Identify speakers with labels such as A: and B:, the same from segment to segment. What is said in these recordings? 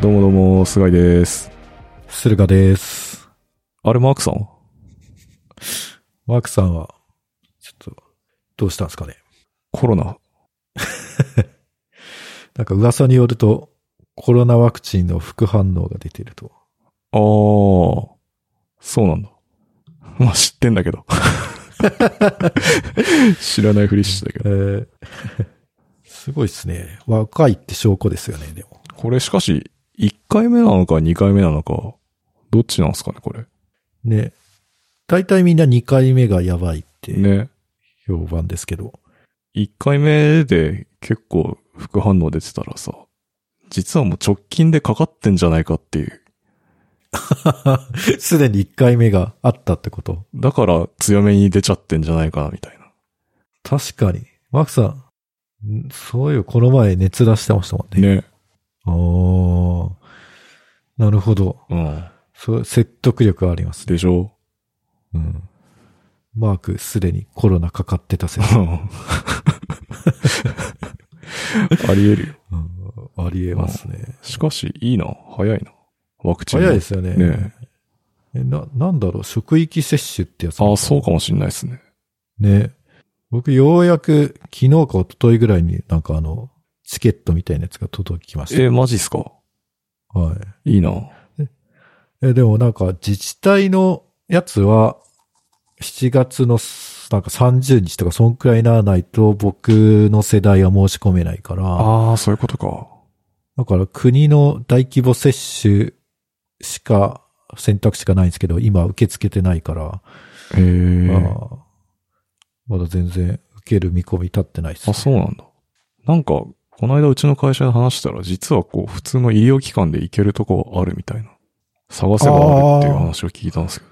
A: どうもどうも、菅井です。
B: 駿河です。
A: あれ、マークさん
B: マークさんは、ちょっと、どうしたんですかね。
A: コロナ。
B: なんか噂によると、コロナワクチンの副反応が出てると。
A: あー、そうなんだ。まあ、知ってんだけ ど。知らないふりしてたけ
B: え
A: ど。
B: ー すごいですね。若いって証拠ですよね、でも。
A: これしかし、1回目なのか2回目なのか、どっちなんすかね、これ。
B: ね。大体みんな2回目がやばいって
A: ね。
B: 評判ですけど。
A: 1回目で結構副反応出てたらさ、実はもう直近でかかってんじゃないかっていう。
B: すでに1回目があったってこと。
A: だから強めに出ちゃってんじゃないかな、みたいな。
B: 確かに。マークさん、んそういう、この前熱出してましたもんね。
A: ね。
B: あーなるほど。
A: うん。
B: そう、説得力ありますね。
A: でしょ
B: うん。マーク、すでにコロナかかってたせい。
A: うん あり得るよ。
B: うん、ありえますね。
A: しかし、いいな。早いな。ワクチンも。
B: 早いですよね。
A: ね
B: えな、なんだろう、職域接種ってやつ
A: ああ、そうかもしんないですね。
B: ね。僕、ようやく、昨日か一昨日ぐらいになんかあの、チケットみたいなやつが届きまし
A: えー、マジっすか
B: た。はい。
A: いいな。
B: え、でもなんか、自治体のやつは、7月の、なんか30日とか、そんくらいにならないと、僕の世代は申し込めないから。
A: ああ、そういうことか。
B: だから国の大規模接種しか選択肢がないんですけど、今受け付けてないから、
A: へえ。
B: まあまだ全然受ける見込み立ってないです
A: あ、。そうなんだ。なんか、この間うちの会社で話したら、実はこう、普通の医療機関で行けるとこあるみたいな。探せばあるっていう話を聞いたんですけ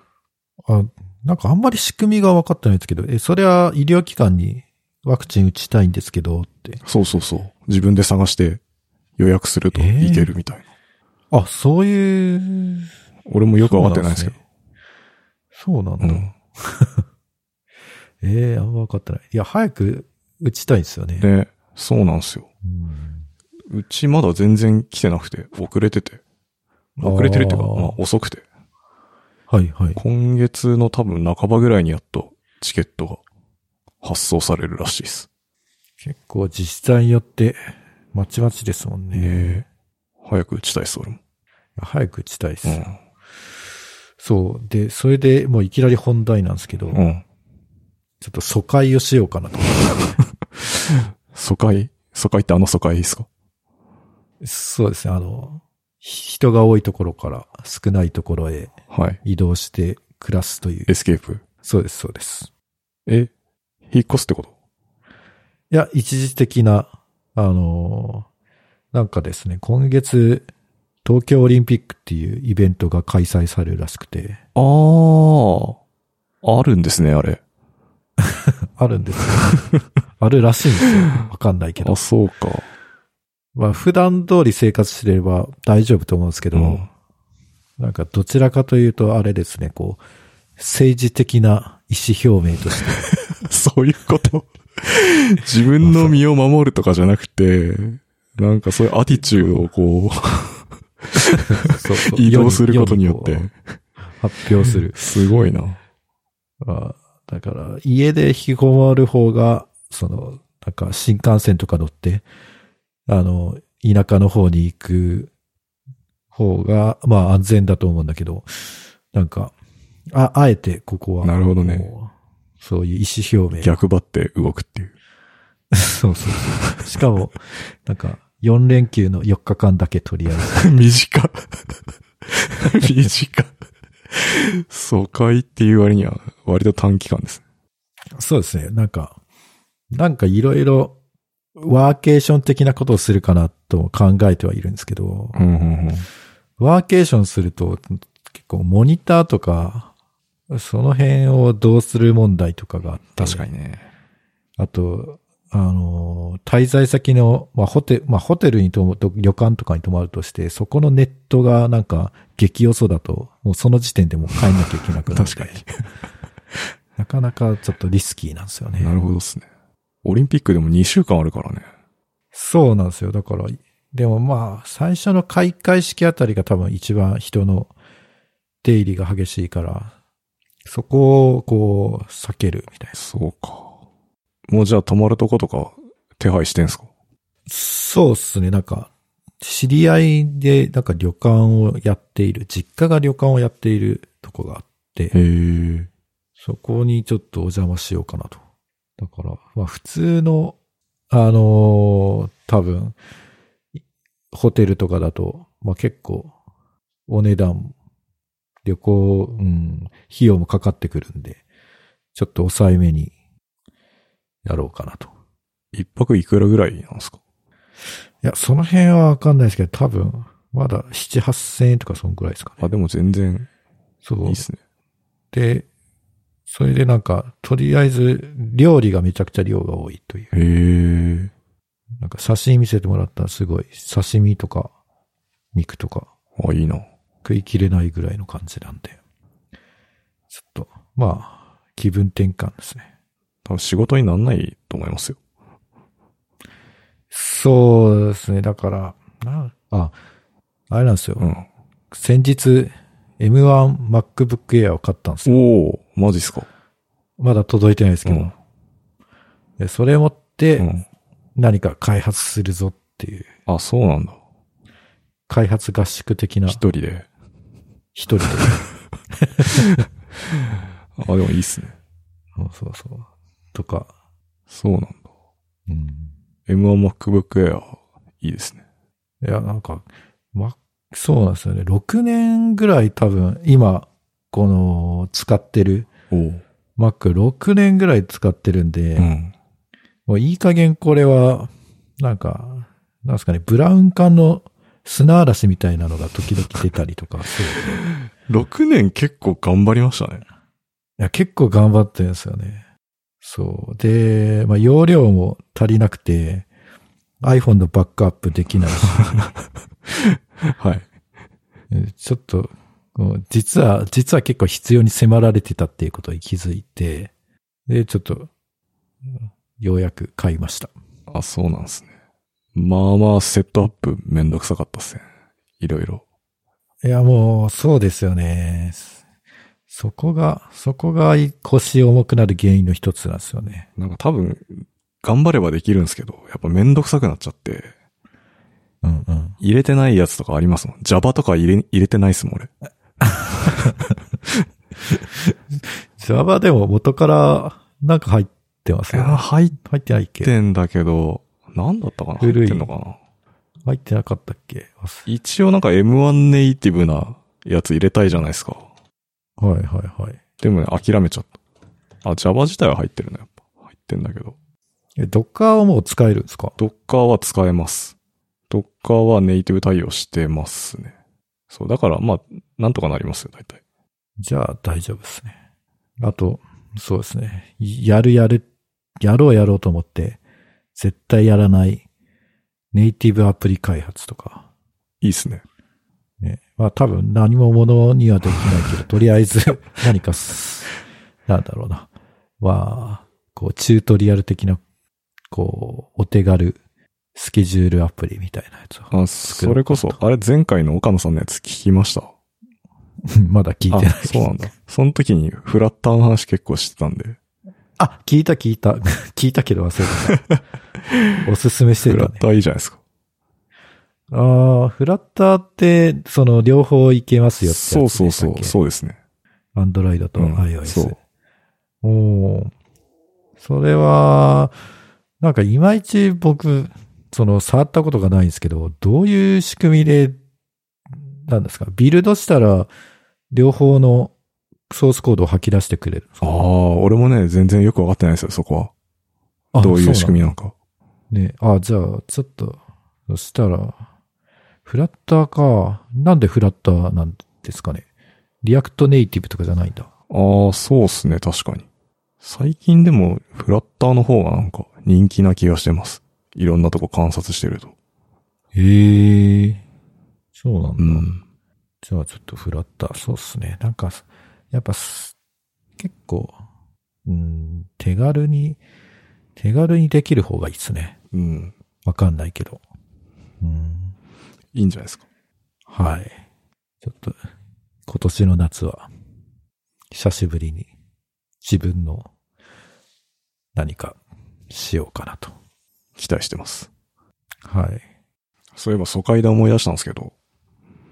A: ど。
B: あなんかあんまり仕組みが分かってないんですけど、え、それは医療機関にワクチン打ちたいんですけどって。
A: そうそうそう。自分で探して予約すると行けるみたいな。
B: あ、そういう。
A: 俺もよくわかってないですけど。
B: そうなんですね。そうなんだ。ええあんま分かってない。いや、早く打ちたいんですよね。
A: うん。ね、そうなんですよ。
B: うん
A: うちまだ全然来てなくて、遅れてて。遅れてるっていうか、
B: あー
A: まあ遅くて。
B: はいはい。
A: 今月の多分半ばぐらいにやっとチケットが発送されるらしいです。
B: 結構自治体によって、まちまちですもんね。
A: ねえ。早く打ちたいです、俺も。
B: 早く打ちたいです、
A: う
B: そう。で、それでもういきなり本題なんですけど、
A: ん。うん。
B: ちょっと疎開をしようかなと。
A: 疎開疎開ってあの疎開ですか
B: そうですね、あの、ひ人が多いところから少ないところへ
A: はい。
B: 移動して暮らすという
A: エ。スケープ。
B: そうです、そうです。
A: え引っ越すってこと
B: いや、一時的な、あのー、なんかですね、今月、東京オリンピックっていうイベントが開催されるらしくて、
A: ああ。あるんですね、あれ。
B: あるんですよ あるらしいんですよ。わかんないけど
A: あ、。そうか。
B: まあ、普段通り生活してれば大丈夫と思うんですけど、
A: うん
B: なんかどちらかというとあれですね、こう、政治的な意思表明として、
A: そういうこと。自分の身を守るとかじゃなくて、なんかそういうアティチュードをこ、
B: そうそう
A: 移動することによっ
B: 世
A: て
B: こ。う発表する。
A: すごいな。
B: あだから、家で引きこもる方が、その、なんか新幹線とか乗って、あの、田舎の方に行く方が、まあ安全だと思うんだけど、なんか、あ、あえてここは。
A: なるほどね
B: こう。そういう意思表明。
A: 逆張って動くっていう。
B: そうそうそう。しかも、なんか、4連休の4日間だけとりあえ ず。
A: 短。 短。疎開っていう割には、割と短期間です。
B: そうですね。なんか、なんかいろいろ、ワーケーション的なことをするかなと考えてはいるんですけど、
A: うんうんうん。
B: ワーケーションすると、結構モニターとか、その辺をどうする問題とかがあって。
A: 確かにね。
B: あと、あの、滞在先の、まあ、ホテル、まあ、ホテルに泊まる、旅館とかに泊まるとして、そこのネットがなんか激予想だと、もうその時点でもう帰んなきゃいけなくなる。
A: 確かに。
B: なかなかちょっとリスキーなんですよね。
A: なるほどですね。オリンピックでも2週間あるからね。
B: そうなんですよ。だから、でもまあ、最初の開会式あたりが多分一番人の出入りが激しいから、そこをこう、避けるみたいな。
A: そうか。もうじゃあ泊まるとことか手配してんすか
B: そうっすね、なんか、知り合いで、なんか旅館をやっている、実家が旅館をやっているとこがあって、
A: へえ。
B: そこにちょっとお邪魔しようかなと。だから、まあ普通の、あのー多分、いホテルとかだと、まあ結構、お値段、旅行、うん、費用もかかってくるんで、ちょっと抑えめに、やろうかなと。
A: 一泊いくらぐらいなんすか
B: いや、その辺はわかんないですけど、多分、まだ7、8千円とかそんくらいですかね。
A: あ、でも全然
B: そう
A: いいっすね。
B: で、それでなんか、とりあえず、料理がめちゃくちゃ量が多いという。
A: へえ。
B: なんか、写真見せてもらったらすごい、刺身とか、肉とか、
A: あ、いいな。
B: 食い切れないぐらいの感じなんで。ちょっと、まあ、気分転換ですね。
A: 多分仕事になんないと思いますよ。
B: そうですね。だから、なあ、あれなんですよ。
A: うん。
B: 先日、M1MacBook Air を買ったんですよ
A: おおマジっすか。
B: まだ届いてないですけど。
A: うん
B: でそれ持っ
A: う
B: て
A: ん。
B: 何か開発するぞっていう、
A: あ、そうなんだ。
B: 開発合宿的な
A: 一
B: 一
A: 人で。
B: 人で。
A: あ、でもいいっすね。
B: そうそうそう。とか。
A: そうなんだ。
B: うん、
A: M1MacBook Air、いいですね。
B: いや、なんか、ま、そうなんですよね。6年ぐらい多分、今、この、使ってる、
A: おう
B: Mac6 年ぐらい使ってるんで、
A: うん。
B: もういい加減これは、なんか、なんですかね、ブラウン管の砂嵐みたいなのが時々出たりとかする。
A: 6年結構頑張りましたね。
B: いや、結構頑張ってるんですよね。そう。で、まあ、容量も足りなくて、iPhone のバックアップできないし、
A: はい。
B: えちょっと、こう実は、実は結構必要に迫られてたっていうことに気づいて、で、ちょっと、ようやく買いました。
A: あ、そうなんですね。まあまあ、セットアップめんどくさかったっすね。いろいろ。
B: いや、もう、そうですよね。そこが、そこが腰重くなる原因の一つなんですよね。
A: なんか多分、頑張ればできるんですけど、やっぱめんどくさくなっちゃって、
B: うんうん。
A: 入れてないやつとかありますもん。Java とか入れ、入れてないっすもん、俺。
B: Java でも元からなんか入ってます
A: い
B: よ
A: や
B: ね。
A: 入っ
B: 入ってないっけ
A: てんだけど、なんだったかな入
B: 古
A: っ
B: い
A: てんのかな
B: 入ってなかったっけ
A: 一応なんか M1 ネイティブなやつ入れたいじゃないですか。
B: はいはいはい。
A: でもね、諦めちゃった。あ、Java 自体は入ってるね、やっぱ。入ってんだけど。
B: え、Docker はもう使えるんですか
A: Docker は使えます。Docker はネイティブ対応してますね。そう、だからまあ、なんとかなりますよ、大体。
B: じゃあ大丈夫ですね。あと、そうですね。やるやる、やろうやろうと思って、絶対やらないネイティブアプリ開発とか。
A: いいっすね。
B: ね。まあ多分何もものにはできないけど、とりあえず 何かす、なんだろうな。まあ、こう、チュートリアル的な、こう、お手軽スケジュールアプリみたいなやつを。
A: あ、それこそ、あれ前回の岡野さんのやつ聞きました。
B: まだ聞いて
A: あ
B: ない。、
A: そうなんだ。その時にフラッターの話結構してたんで、
B: あ、聞いた聞いた。 聞いたけど忘れ てた。おすすめして
A: フ
B: た
A: ラ
B: ね
A: ッ。ターいいじゃないですか。
B: ああ、フラッターって、その、両方いけますよってやつ
A: そうそうそ
B: で
A: う、
B: したっ
A: そうですね。
B: け。アンドロイドと
A: うん
B: iOS。
A: そう
B: おおーそれは、なんかいまいち僕、その、触ったことがないんですけど、どういう仕組みで、なんですか、ビルドしたら、両方のソースコードを吐き出してくれるんです
A: あ
B: か
A: あ、俺もね、全然よくわかってないですよ、そこは。どういう仕組みなのか。
B: ね、あ、じゃあ、ちょっと、そしたら、フラッターか。なんでフラッターなんですかね。リアクトネイティブとかじゃないんだ。
A: ああ、そうっすね、確かに。最近でも、フラッターの方がなんか人気な気がしてます。いろんなとこ観察してると。
B: へえ。そうなんだ。
A: うん。
B: じゃあ、ちょっとフラッター。そうっすね。なんか、やっぱす、結構、うん、手軽に、手軽にできる方がいいっすね。
A: うん。
B: わかんないけど。うん。
A: いいんじゃないですか。
B: はい。ちょっと、今年の夏は、久しぶりに自分の何かしようかなと。
A: 期待してます。
B: はい。
A: そういえば疎開で思い出したんですけど、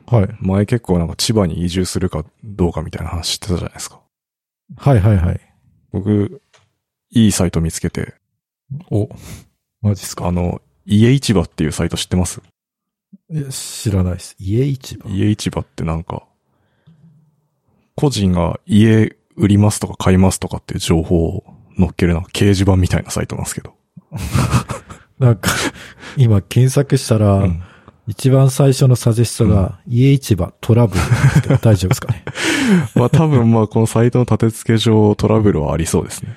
B: はい。
A: 前結構なんか千葉に移住するかどうかみたいな話してたじゃないですか。
B: はいはいはい。
A: 僕、いいサイト見つけて、
B: お、マジっす
A: あの、家市場っていうサイト知ってます
B: いや知らないです。家市場。
A: 家市場ってなんか、個人が家売りますとか買いますとかっていう情報を載っけるなんか掲示板みたいなサイトなんですけど。
B: なんか、 今検索したら、
A: うん
B: 一番最初のサジェストが、家市場トラブルなん ですけど。大丈夫ですかね。
A: まあ多分まあこのサイトの立て付け上トラブルはありそうですね。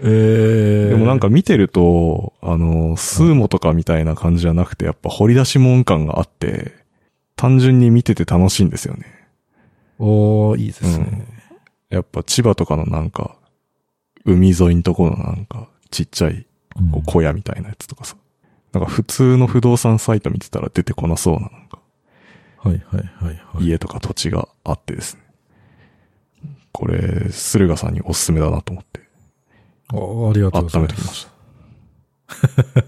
B: えー
A: でもなん、か見てると、あの、スーモとかみたいな感じじゃなくて、やっぱ掘り出し門感があって、単純に見てて楽しいんですよね。
B: おー、いいですね。
A: やっぱ千葉とかのなんか、海沿いのところのなんか、ちっちゃいこう
B: うん
A: 小屋みたいなやつとかさ。なんか普通の不動産サイト見てたら出てこなそうななんか、
B: はいはいはいはい。
A: 家とか土地があってですね。これ、駿河さんにおすすめだなと思って、
B: おーありがとうござい
A: 温め
B: ま
A: てき
B: す
A: ま。した。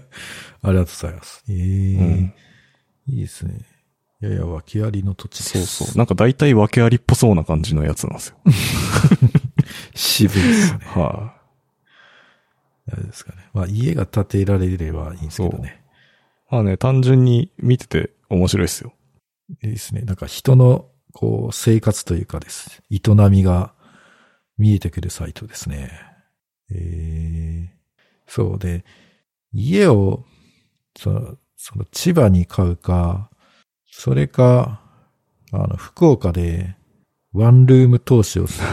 B: ありがとうございます。ええ
A: うん
B: いいですね。やや訳ありの土地
A: そ
B: で
A: う
B: す。
A: そう。なんか大体訳ありっぽそうな感じのやつなんですよ。
B: 渋いですね。
A: はい、
B: あれですかね。まあ、家が建てられればいいんですけどね。
A: まあね、単純に見てて面白いっすよ。
B: いいですね。なんか人の、こう、生活というかです。営みが見えてくるサイトですね。ええそうで、家を、その、その千葉に買うか、それか、あの、福岡で、ワンルーム投資をする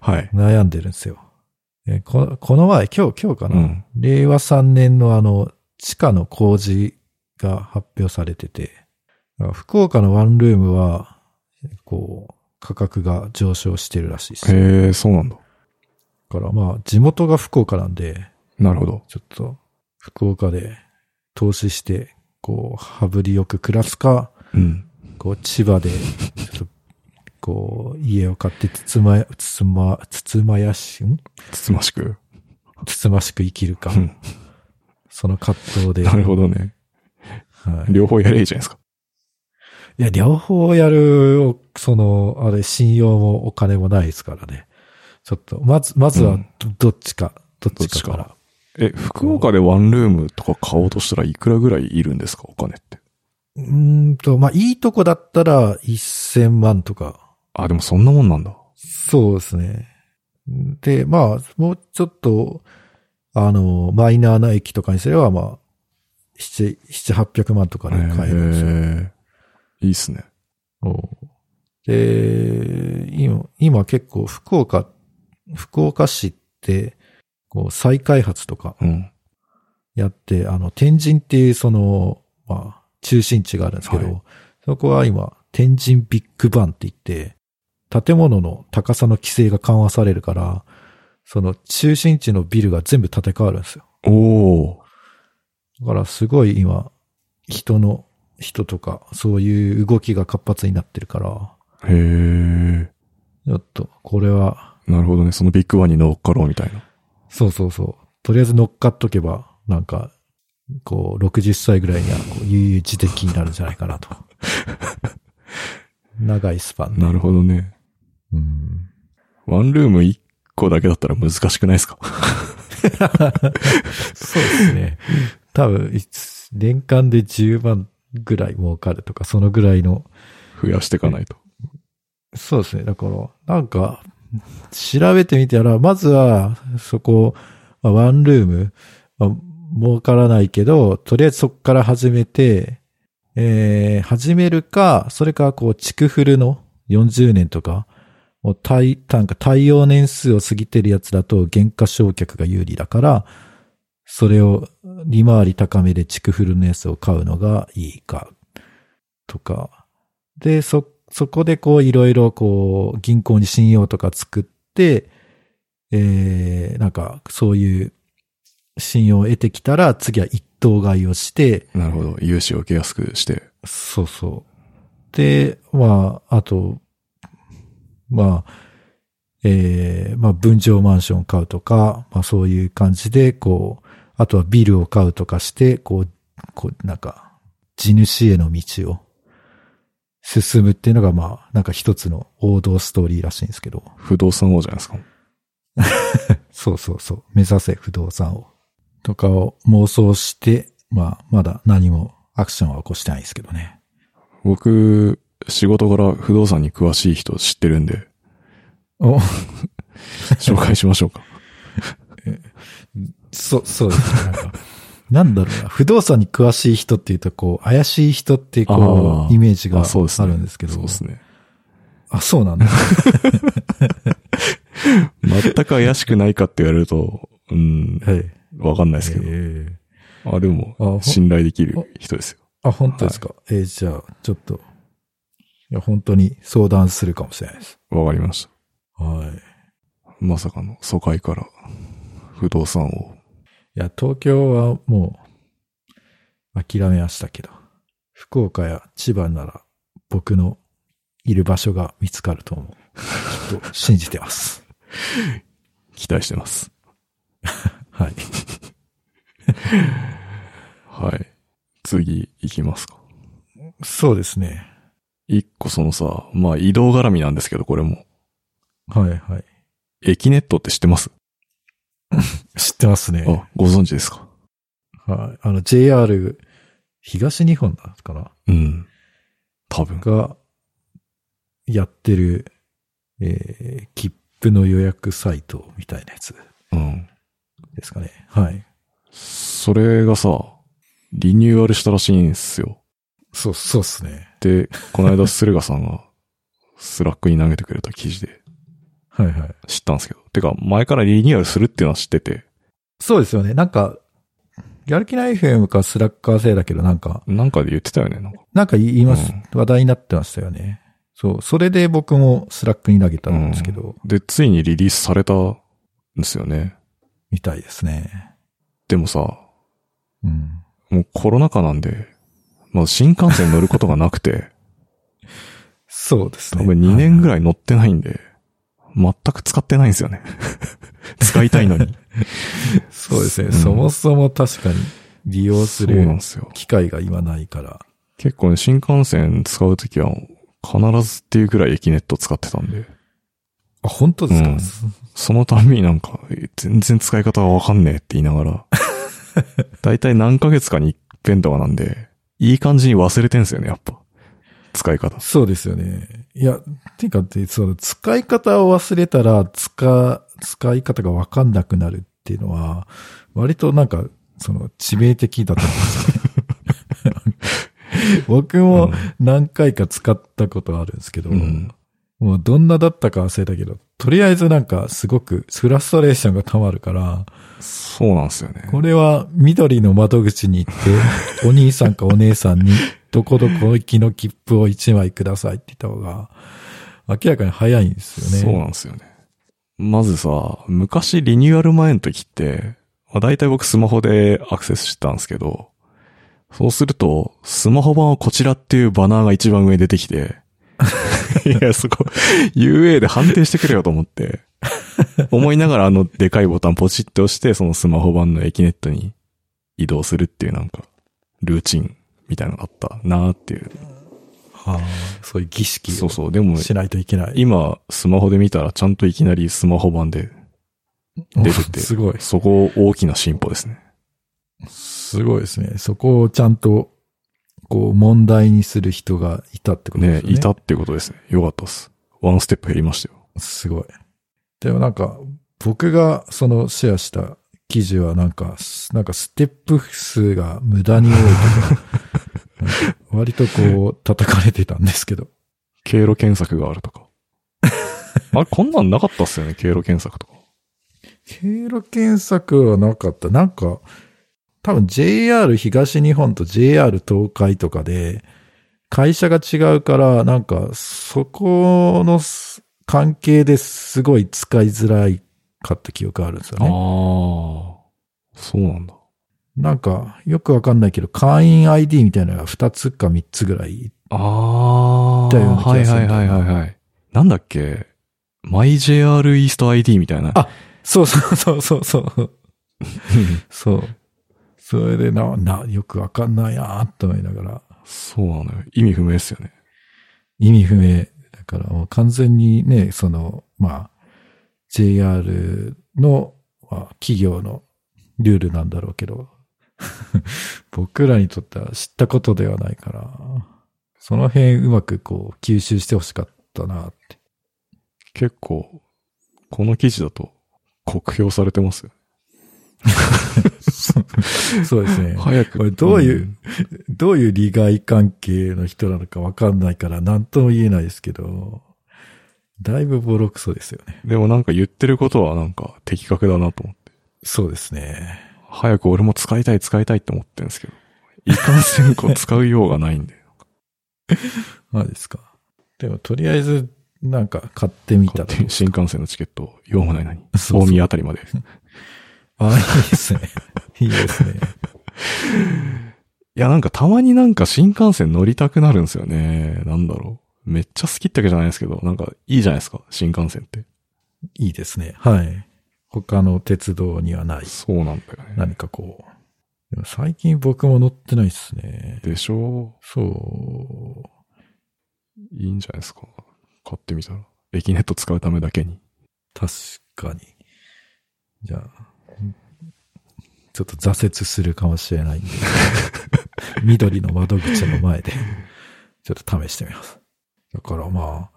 A: はい。
B: 悩んでるんですよ。えここの前、今日、今日か
A: う
B: な、
A: ん。
B: 令和3年のあの、地下の工事が発表されてて、だから福岡のワンルームは、こう、価格が上昇してるらしいです。だ
A: へえ、そうなんだ。
B: からまあ、地元が福岡なんで、
A: なるほど。
B: ちょっと、福岡で投資して、こう、羽振りよく暮らすか、
A: うん。
B: こう、千葉で、ちょっと、こう、家を買って、つつまや、つつま、つつまやし、ん
A: つつましく。
B: つつましく生きるか。
A: うん
B: その葛藤で。
A: なるほどね。
B: はい、い
A: 両方やれいいじゃないですか。
B: や、両方やる、その、あれ、信用もお金もないですからね。ちょっと、まず、まず
A: う
B: は
A: ん
B: ど、どっちか、どっちかから。
A: どっえ、福岡でワンルームとか買おうとしたらいくらぐらいいるんですかお金って。
B: うーんと、まあ、いいとこだったら、1000万とか。
A: あ、でもそんなもんなんだ。
B: そうですね。で、まあ、もうちょっと、あの、マイナーな駅とかにすれば、まあ、七、七、八百万とかで買えるんですよ。
A: へえいいっすね。
B: で、今、今結構福岡、福岡市って、こう再開発とか
A: うん。
B: やって、あの、天神っていうその、まあ、中心地があるんですけど、
A: は
B: そこは今、天神ビッグバンって言って、建物の高さの規制が緩和されるから、その中心地のビルが全部建て替わるんですよ。
A: おー。
B: だからすごい今、人の、人とか、そういう動きが活発になってるから、
A: へえ
B: ちょっと、これは、
A: なるほどね。そのビッグワンに乗っかろうみたいな。
B: そうそうそう。とりあえず乗っかっとけば、なんか、こう、60歳ぐらいには、こう、悠々自適になるんじゃないかなと。 長いスパンで。
A: なるほどね。
B: うん。
A: ワンルーム1個だけだったら難しくない ですか
B: そうですね。多分、いつ年間で10万ぐらい儲かるとか、そのぐらいの。
A: 増やしていかないと。
B: そうですね。だから、なんか、調べてみたら、まずは、そこ、まあワンルーム、まあ、儲からないけど、とりあえずそこから始めて、えー、始めるか、それか、こう、築古の40年とか、もう、対、なんか、対応年数を過ぎてるやつだと、減価償却が有利だから、それを、利回り高めで築古のやつを買うのがいいか、とか。で、そ、そこでこう、いろいろこう、銀行に信用とか作って、えー、なんか、そういう信用を得てきたら、次は一当該をして、
A: なるほど。融資を受けやすくして。
B: そうそう。で、まあ、あと、まあ、えーまあ、分譲マンション買うとか、まあ、そういう感じで、こう、あとはビルを買うとかして、こう、こう、なんか、地主への道を進むっていうのが、まあ、なんか一つの王道ストーリーらしいんですけど。
A: 不動産王じゃないですか。
B: そうそうそう。目指せ不動産を。とかを妄想して、まあ、まだ何もアクションは起こしてないんですけどね。
A: 僕、仕事から不動産に詳しい人知ってるん で、
B: お、
A: 紹介しましょうか。
B: そ、そうですね。なんかなんだろうな。不動産に詳しい人っていうと、こう、怪しい人っていう、こ
A: あ
B: う、
A: ー
B: イメージが
A: あそうですね
B: あるんですけど。
A: そうですね。
B: あ、そう なんだ。
A: 全く怪しくないかって言われると、うん、
B: はい。
A: わかんないですけど。
B: ええ
A: あ、でも
B: あほ、ん
A: 信頼できる人ですよ。
B: あ、本当ですか。えーじゃあ、ちょっと、いや、本当に相談するかもしれないです。
A: わかりました。
B: はい。
A: まさかの疎開から不動産を。
B: いや、東京はもう、諦めましたけど、福岡や千葉なら、僕のいる場所が見つかると思う。きっと、信じてます。
A: 期待して ます。
B: はい。
A: はい。次行きますか。
B: そうですね。
A: 一個そのさ、まあ移動絡みなんですけど、これも。
B: はいはい。
A: 駅ネットって知ってます
B: 知ってますね。
A: あ、ご存知ですか
B: はい。あの、JR 東日本だったかな
A: うん。多分。
B: が、やってる、えー、切符の予約サイトみたいなやつ
A: うん。
B: ですかね。はい。
A: それがさ、リニューアルしたらしいんすよ。
B: そう、そうっすね。
A: で、この間、駿河さんが、スラックに投げてくれた記事で
B: はいはい。
A: 知ったんですけど。てか、前からリニューアルするっていうのは知ってて、
B: そうですよね。なんか、やる気ない FM かスラッカー制だけど、なんか、
A: なんかで言ってたよね、なんか。
B: なんか言います、
A: うん
B: 話題になってましたよね。そう、それで僕もスラックに投げたんですけど、
A: で、ついにリリースされたんですよね。
B: みたいですね。
A: でもさ、
B: うん。
A: もうコロナ禍なんで、まあ新幹線乗ることがなくて、
B: そうです
A: 多
B: ね。
A: 分2年ぐらい乗ってないんで、全く使ってないんですよね。使いたいのに。
B: そうですね、
A: うん
B: そもそも確かに利用す
A: そうなん
B: る
A: ですよ。
B: 機会が今ないから。
A: 結構ね、新幹線使うときは、必ずっていうぐらい駅ネット使ってたんで、
B: あ、本当ですか、
A: うんそのたんびになんか、え全然使い方がわかんねえって言いながら、だいたい何ヶ月かに一遍とかなんで、いい感じに忘れてんすよね、やっぱ。使い方。
B: そうですよね。いや、てかって、その使い方を忘れたら、使、使い方がわかんなくなるっていうのは、割となんか、その致命的だと思うんですよね。 僕も何回か使ったことあるんですけど、
A: うん
B: もうどんなだったか忘れたけど、とりあえずなんかすごくフラストレーションが溜まるから、
A: そうなんですよね。
B: これは緑の窓口に行 って、お兄さんかお姉さんに、どこどこ行きの切符を1枚くださいって言った方が、明らかに早いんですよ
A: そう
B: ね。
A: なんですよね。まずさ、昔リニューアル前の時って、まあ、大体僕スマホでアクセスしてたんですけど、そうすると、スマホ版はこちらっていうバナーが一番上に出てき て、いや、そこ、UA で判定してくれよと思って、思いながらあのでかいボタンポチッと押して、そのスマホ版の駅ネットに移動するっていうなんか、ルーチンみたいなのがあったなーっていう。
B: はあ、そういう儀式
A: そう
B: を
A: そう、でも
B: しないといけない。
A: 今、スマホで見たらちゃんといきなりスマホ版で出てて、
B: すごい。
A: そこ大きな進歩ですね。
B: すごいですね。そこをちゃんと、こう、問題にする人がいたってことで
A: ね
B: すよね。
A: いたってことですね。よかったっす。ワンステップ減りましたよ。
B: すごい。でもなんか、僕がそのシェアした記事はなんか、すなんかステップ数が無駄に多いとか、 なんか割とこう叩かれてたんですけど。
A: 経路検索があると か。あれ、こんなんなかったっすよね、経路検索とか。
B: 経路検索はなかった。なんか、多分 JR 東日本と JR 東海とかで、会社が違うから、なんか、そこのす関係ですごい使いづらいかった記憶があるんですよね。
A: ああ、そうなんだ。
B: なんか、よくわかんないけど、会員 ID みたいなのが2つか3つぐらい。
A: あ
B: だ
A: ー。
B: ような気
A: は
B: が
A: い
B: する
A: は
B: ん
A: い
B: だ
A: はいはいはい。なんだっけ ?MyJR イースト ID みたいな。
B: あそうそうそうそうそう。そう。それでな、な、よくわかんないなーって思いながら、
A: そうなのよ。意味不明ですよね。
B: 意味不明。だからもう完全にね、その、まあ、JR の、まあ、企業のルールなんだろうけど、 僕らにとっては知ったことではないから、その辺うまくこう吸収してほしかったなって。
A: 結構、この記事だと、酷評されてますよ。
B: そうですね。
A: 早 く。
B: これどういうんどういう利害関係の人なのかわかんないから何とも言えないですけど、だいぶボロクソですよね。
A: でもなんか言ってることはなんか的確だなと思って。
B: そうですね。
A: 早く俺も使いたい使いたいって思ってるんですけど。いかんせんこう使うようがないん で。
B: マジですか。でもとりあえずなんか買ってみたら。
A: 新幹線のチケットを用もないなに。
B: そ
A: 大
B: うそう
A: 宮あたりまで。
B: あ、いいですね。いいですね。
A: いや、なんかたまになんか新幹線乗りたくなるんですよね。なんだろう。めっちゃ好きってわけじゃないですけど、なんかいいじゃないですか、新幹線って。
B: いいですね。はい。他の鉄道にはない。
A: そうなんだよね。
B: 何かこう。でも最近僕も乗ってないですね。
A: でしょ
B: そう
A: いいんじゃないですか。買ってみたら。駅ネット使うためだけに。
B: う。確かに。じゃあ、ちょっと挫折するかもしれないんで。緑の窓口の前で、ちょっと試してみます。だからま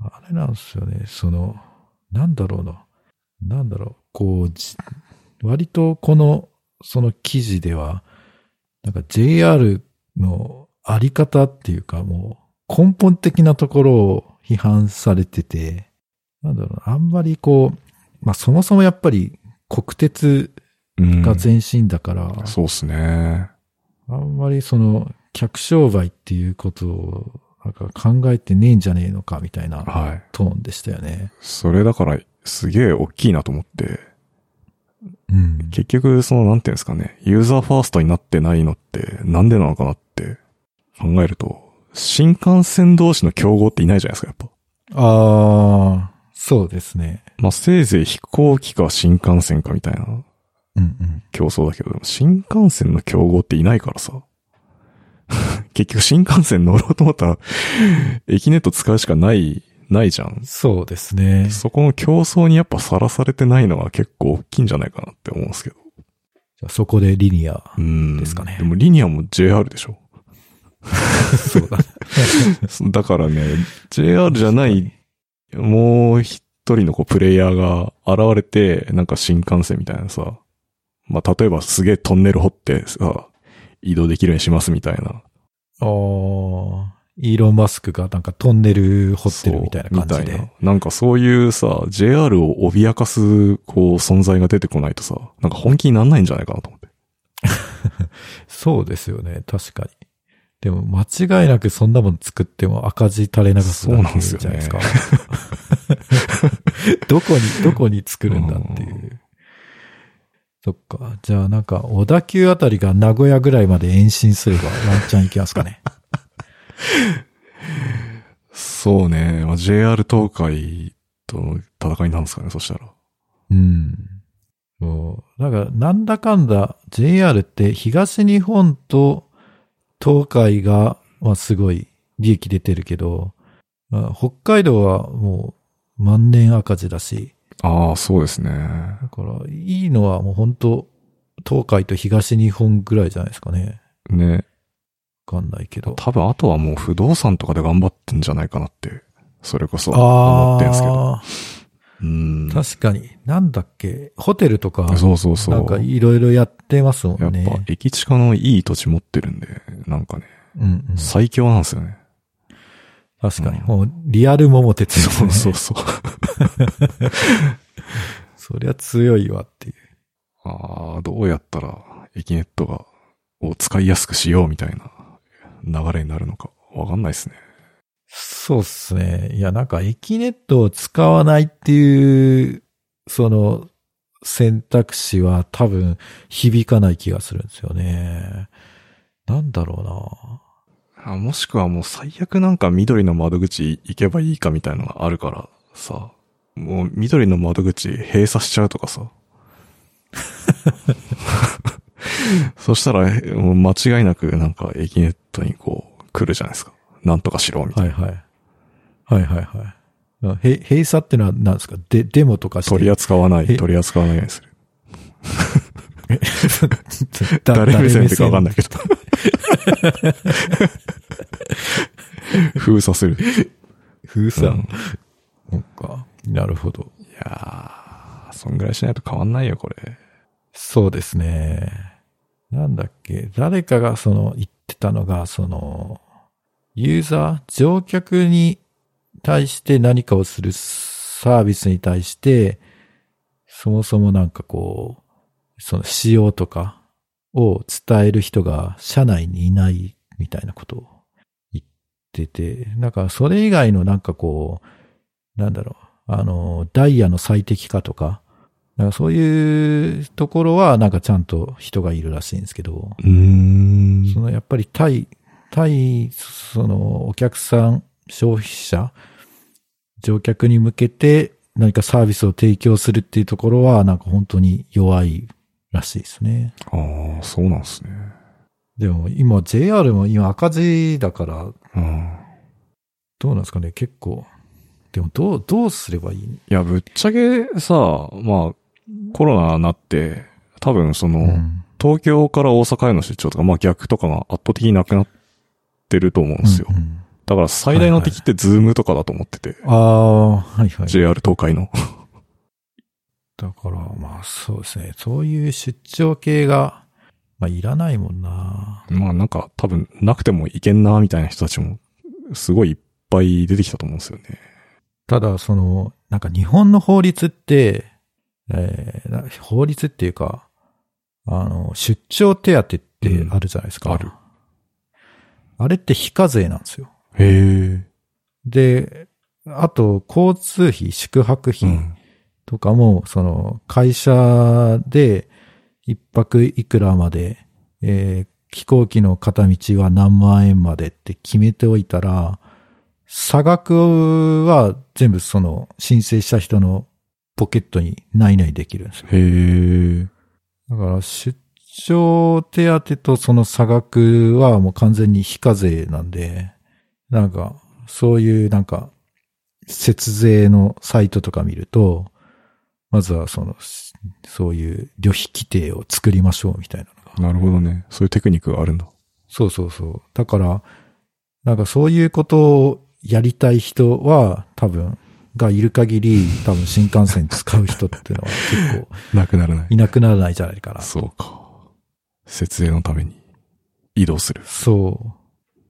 B: あ、あれなんですよね。その、なんだろうな。なんだろう。こう、じ割とこの、その記事では、なんか JR のあり方っていうかもう、根本的なところを批判されてて、なんだろうな。あんまりこう、まあそもそもやっぱり国鉄
A: うん
B: が前身だから、
A: そうっすね。
B: あんまりその、客商売っていうことを、なんか考えてねえんじゃねえのかみたいな
A: はい。
B: トーンでしたよね。
A: それだから、すげえ大きいなと思って。
B: うん。
A: 結局、その、なんていうんですかね、ユーザーファーストになってないのって、なんでなのかなって考えると、新幹線同士の競合っていないじゃないですか、やっぱ。
B: ああ、そうですね。
A: まあ、せいぜい飛行機か新幹線かみたいな
B: うんうん。
A: 競争だけど、でも新幹線の競合っていないからさ。 結局新幹線乗ろうと思ったら、駅ネット使うしかない、ないじゃん。
B: そうですね。
A: そこの競争にやっぱさらされてないのは結構大きいんじゃないかなって思うんですけど。
B: そこで リニア。
A: うん。
B: ですかね
A: でもリニアも JR でしょ。
B: そうだね。
A: だからね、JR じゃない、もう一人のこうプレイヤーが現れて、なんか新幹線みたいなさ、まあ、例えばすげえトンネル掘ってさ、移動できるようにしますみたいな。
B: ああ、イーロン・マスクがなんかトンネル掘ってるみたいな感じ
A: そうみ
B: で。
A: たいななんかそういうさ、JR を脅かす、こう、存在が出てこないとさ、なんか本気になんないんじゃないかなと思って。
B: そうですよね。確かに。でも間違いなくそんなもん作っても赤字垂れ流すだ
A: そう
B: け
A: なんですよね
B: じゃないですか。 どこに、どこに作るんだっていう。
A: うん
B: そっか。じゃあなんか小田急あたりが名古屋ぐらいまで延伸すればワンチャンいきますかね。
A: そうね。まあ、JR 東海との戦いなんですかね、そしたら。
B: うん。そう。だからなんだかんだ JR って東日本と東海が、まあすごい利益出てるけど、まあ北海道はもう万年赤字だし、
A: ああ、そうですね。
B: だから、いいのはもう本当東海と東日本ぐらいじゃないですかね。
A: ね。
B: わかんないけど。
A: 多分あとはもう不動産とかで頑張ってんじゃないかなって、それこそ思
B: あ
A: ってんすけど。
B: あ
A: うん。
B: ー、確かに。なんだっけ、ホテルとか、
A: そうそうそう。
B: なんかいろいろやってますも
A: やっ
B: んね。
A: ぱ駅近のいい土地持ってるんで、なんかね、
B: うんうん、
A: 最強なんですよね。
B: 確かに。
A: うん
B: もう、リアル桃鉄です
A: そ
B: ね。
A: うそうそう。
B: そりゃ強いわっていう。
A: ああ、どうやったら、駅ネットが、を使いやすくしようみたいな流れになるのか、わかんないですね。
B: そうっすね。いや、なんか、駅ネットを使わないっていう、その、選択肢は多分響かない気がするんですよね。なんだろうな。
A: あもしくはもう最悪なんか緑の窓口行けばいいかみたいなのがあるからさ、もう緑の窓口閉鎖しちゃうとかさ。 そしたら、えもう間違いなくなんか駅ネットにこう来るじゃないですか。なんとかしろ、みたいな。
B: はいはい。はいはいはいあ。へ閉鎖ってのは何ですかで、デモとかして。
A: 取り扱わない、
B: え
A: 取り扱わないようにする。
B: だ
A: 誰目線ってかわかんないけど。封鎖する。
B: 封鎖。
A: うん
B: なんか、なるほど。
A: いやー、そんぐらいしないと変わんないよ、これ。
B: そうですね。なんだっけ、誰かがその言ってたのが、その、ユーザー、乗客に対して何かをするサービスに対して、そもそもなんかこう、その仕様とかを伝える人が社内にいないみたいなことを言ってて、なんかそれ以外のなんかこう、なんだろう、あの、ダイヤの最適化とか、なんかそういうところはなんかちゃんと人がいるらしいんですけど、
A: うーん
B: そのやっぱり対、対、そのお客さん、消費者、乗客に向けて何かサービスを提供するっていうところはなんか本当に弱いらしいですね。
A: ああ、そうなんですね。
B: でも今 JR も今赤字だから
A: うん。
B: どうなんですかね結構。でもどう、どうすればいい
A: いや、ぶっちゃけさ、まあ、コロナになって、多分その、
B: の、うん
A: 東京から大阪への出張とか、まあ逆とかが圧倒的になくなってると思うんですよ。
B: うんうん
A: だから最大の敵ってズームとかだと思ってて、
B: ああ、はいはい。
A: JR 東海の。
B: だから、まあそうですね。そういう出張系が、まあいらないもんな。
A: まあなんか多分なくてもいけんなみたいな人たちも、すごいいっぱい出てきたと思うんですよね。
B: ただ、その、なんか日本の法律って、えーな法律っていうか、あの、出張手当ってあるじゃないですか。
A: うんある。
B: あれって非課税なんですよ。
A: へ
B: で、あと、交通費、宿泊
A: え。う
B: 費、
A: ん。
B: とかも、その、会社で一泊いくらまで、えー飛行機の片道は何万円までって決めておいたら、差額は全部その申請した人のポケットに内々できるんですよ。
A: へえ。
B: だから出張手当とその差額はもう完全に非課税なんで、なんか、そういうなんか、節税のサイトとか見ると、まずはその、しそういう旅費規定を作りましょうみたいなのが。
A: なるほどね。そういうテクニックがあるんだ。
B: そうそうそう。だから、なんかそういうことをやりたい人は多分、がいる限り、多分新幹線使う人っていうのは結構
A: なくならない
B: い。なくならないじゃないかな。
A: そうか。節税のために移動する。
B: そ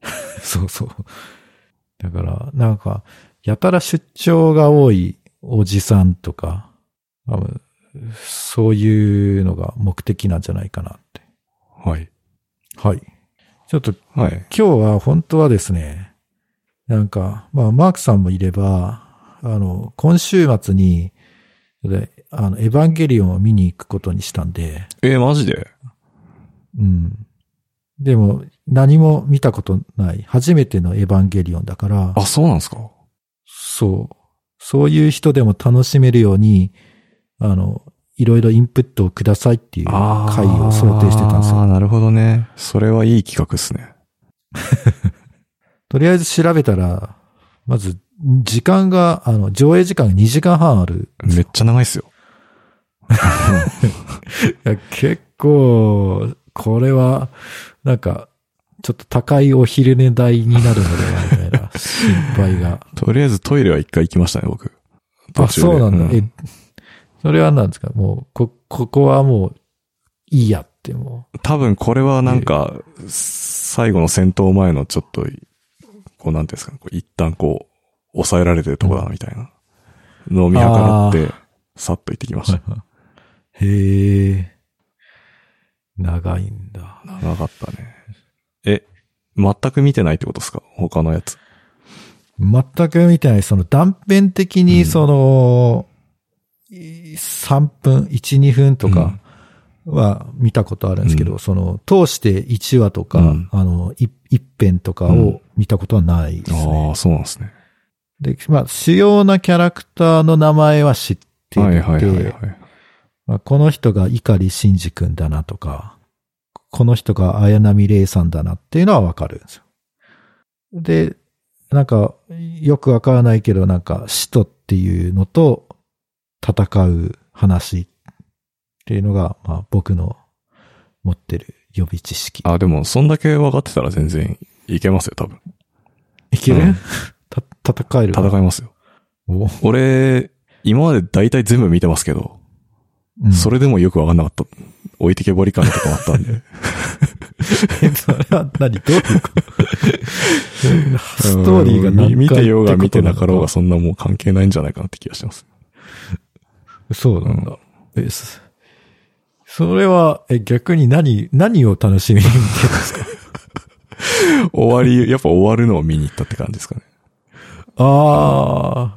B: う。 そうそう。だから、なんか、やたら出張が多いおじさんとか、多分そういうのが目的なんじゃないかなって。
A: はい。
B: はい。ちょっと
A: はい。
B: 今日は本当はですね、なんか、まあ、マークさんもいれば、あの、今週末に、であの、エヴァンゲリオンを見に行くことにしたんで、
A: えーマジで
B: うん。でも、何も見たことない、初めてのエヴァンゲリオンだから、
A: あ、そうなんですか
B: そう。そういう人でも楽しめるように、あの、いろいろインプットをくださいっていう会を想定してたんです
A: あー
B: よ。
A: なるほどね。それはいい企画ですね。
B: とりあえず調べたら、まず、時間が、あの、上映時間が2時間半ある。
A: めっちゃ長いっすよ。
B: いや結構、これは、なんか、ちょっと高いお昼寝代になるのでは、みたい な心配が。
A: とりあえずトイレは一回行きましたね、僕。途
B: あ、
A: 中で
B: そうなんだ。
A: うん
B: え、それは何ですかもう、こ、ここはもう、いいやって、もう。
A: 多分これはなんか、最後の戦闘前のちょっと、こうなんていうんですかね、こう一旦こう、抑えられてるとこだな、みたいな。飲み計らって、さっと行ってきました。
B: へえ。長いんだ。
A: 長かったね。え、全く見てないってことですか他のやつ。
B: 全く見てない、その断片的に、その、 3分、1、2分とかは見たことあるんですけど、
A: う
B: その、通して1話とか、
A: うん
B: あの、い一編とかを見たことはないです
A: あ
B: ね
A: あ、。そうなんですね。
B: で、まあ、主要なキャラクターの名前は知ってい
A: はい
B: て、
A: はいはいはい。
B: まあ、この人が碇慎二君だなとか、この人が綾波レイさんだなっていうのはわかるんですよ。で、なんか、よくわからないけど、なんか、使徒っていうのと戦う話っていうのが、まあ、僕の持ってる予備知識。
A: あ、でも、そんだけ分かってたら全然いけますよ、多分。
B: いける、
A: うん
B: た戦える
A: 戦いますよ。
B: お、
A: 俺、今まで大体全部見てますけど、
B: うん
A: それでもよく分かんなかった。置いてけぼり感とかもあったんで。
B: え それは何どういうこと ストーリーが
A: う
B: 何
A: ん
B: 回
A: 見見てようが
B: って
A: 見
B: こ
A: て
B: と
A: な
B: の
A: かろうがそんなもう関係ないんじゃないかなって気がしてます。
B: そうなんだ。え、そそれは、え、逆に何、何を楽しみ に見てるんですか
A: 終わり、やっぱ終わるのを見に行ったって感じですかね。
B: ああ、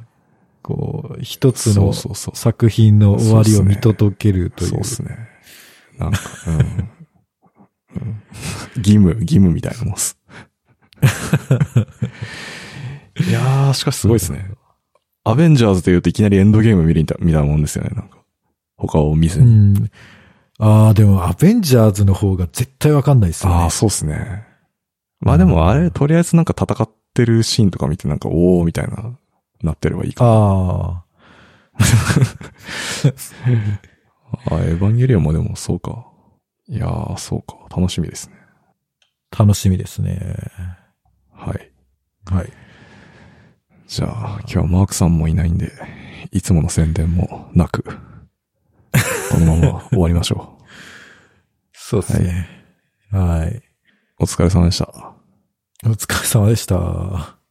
B: こう、一つ
A: そ
B: の
A: うそうそう。
B: 作品の終わりを見届けるとい
A: そう
B: う
A: で。すね。なんか、うん。うん義務、義務みたいなもんっす。いやー、しかしすごいですね。アベンジャーズというといきなりエンドゲーム見るみた見たもんですよね、なんか。他を見ず
B: う
A: に。
B: ん。ああ、でも、アベンジャーズの方が絶対わかんないですよ
A: あ
B: ね
A: あ、。そうっすね。まあでもあ
B: う
A: れ、
B: ん
A: とりあえずなんか戦ってるシーンとか見てなんか、おーみたいな、なってればいいか。
B: あ
A: ああ、エヴァンゲリオンもでもそうか。いやー、そうか。楽しみですね。
B: あ、楽しみですね。
A: はい。
B: はい。
A: じゃあ、今日はマークさんもいないんで、いつもの宣伝もなく、このまま終わりましょ
B: そうですね。はい。
A: う。お疲れ様でした。
B: お疲れ様でした。